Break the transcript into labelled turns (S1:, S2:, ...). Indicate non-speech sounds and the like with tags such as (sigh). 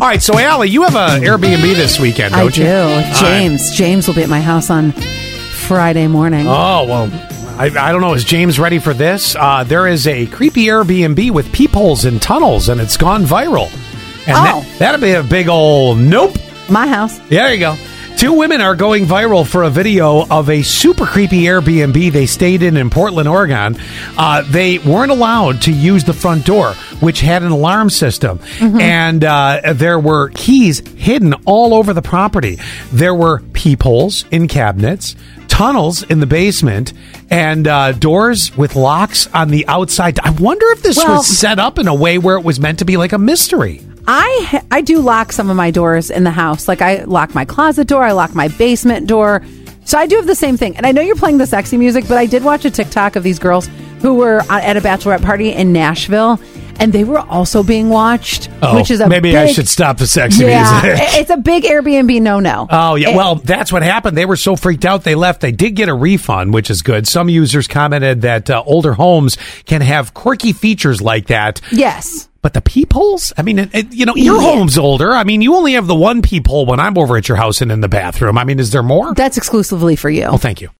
S1: All right, so Allie, you have an Airbnb this weekend,
S2: I
S1: don't
S2: do.
S1: you?
S2: With James. James will be at my house on Friday morning.
S1: Oh well, I, I don't know. Is James ready for this? Uh, there is a creepy Airbnb with peepholes and tunnels, and it's gone viral. And
S2: Oh.
S1: that, that'll be a big old nope.
S2: My house.
S1: There you go. Two women are going viral for a video of a super creepy Airbnb they stayed in in Portland, Oregon. Uh, they weren't allowed to use the front door, which had an alarm system,
S2: Mm-hmm.
S1: and uh, there were keys hidden all over the property. There were peepholes in cabinets, tunnels in the basement, and uh, doors with locks on the outside. I wonder if this
S2: Well-
S1: was set up in a way where it was meant to be like a mystery.
S2: I I do lock some of my doors in the house. Like I lock my closet door, I lock my basement door. So I do have the same thing. And I know you're playing the sexy music, but I did watch a TikTok of these girls who were at a bachelorette party in Nashville, and they were also being watched,
S1: Oh,
S2: which is a
S1: maybe I
S2: big-
S1: should stop the sexy (laughs)
S2: Yeah,
S1: music.
S2: it- it's a big Airbnb no no.
S1: Oh yeah, well that's what happened. They were so freaked out they left. They did get a refund, which is good. Some users commented that uh, older homes can have quirky features like that,
S2: yes.
S1: but the peepholes. I mean, it, it- you know, your
S2: Yeah.
S1: home's older. I mean, you only have the one peephole when I'm over at your house and in the bathroom. I mean, is there more?
S2: That's exclusively for you.
S1: oh, thank you.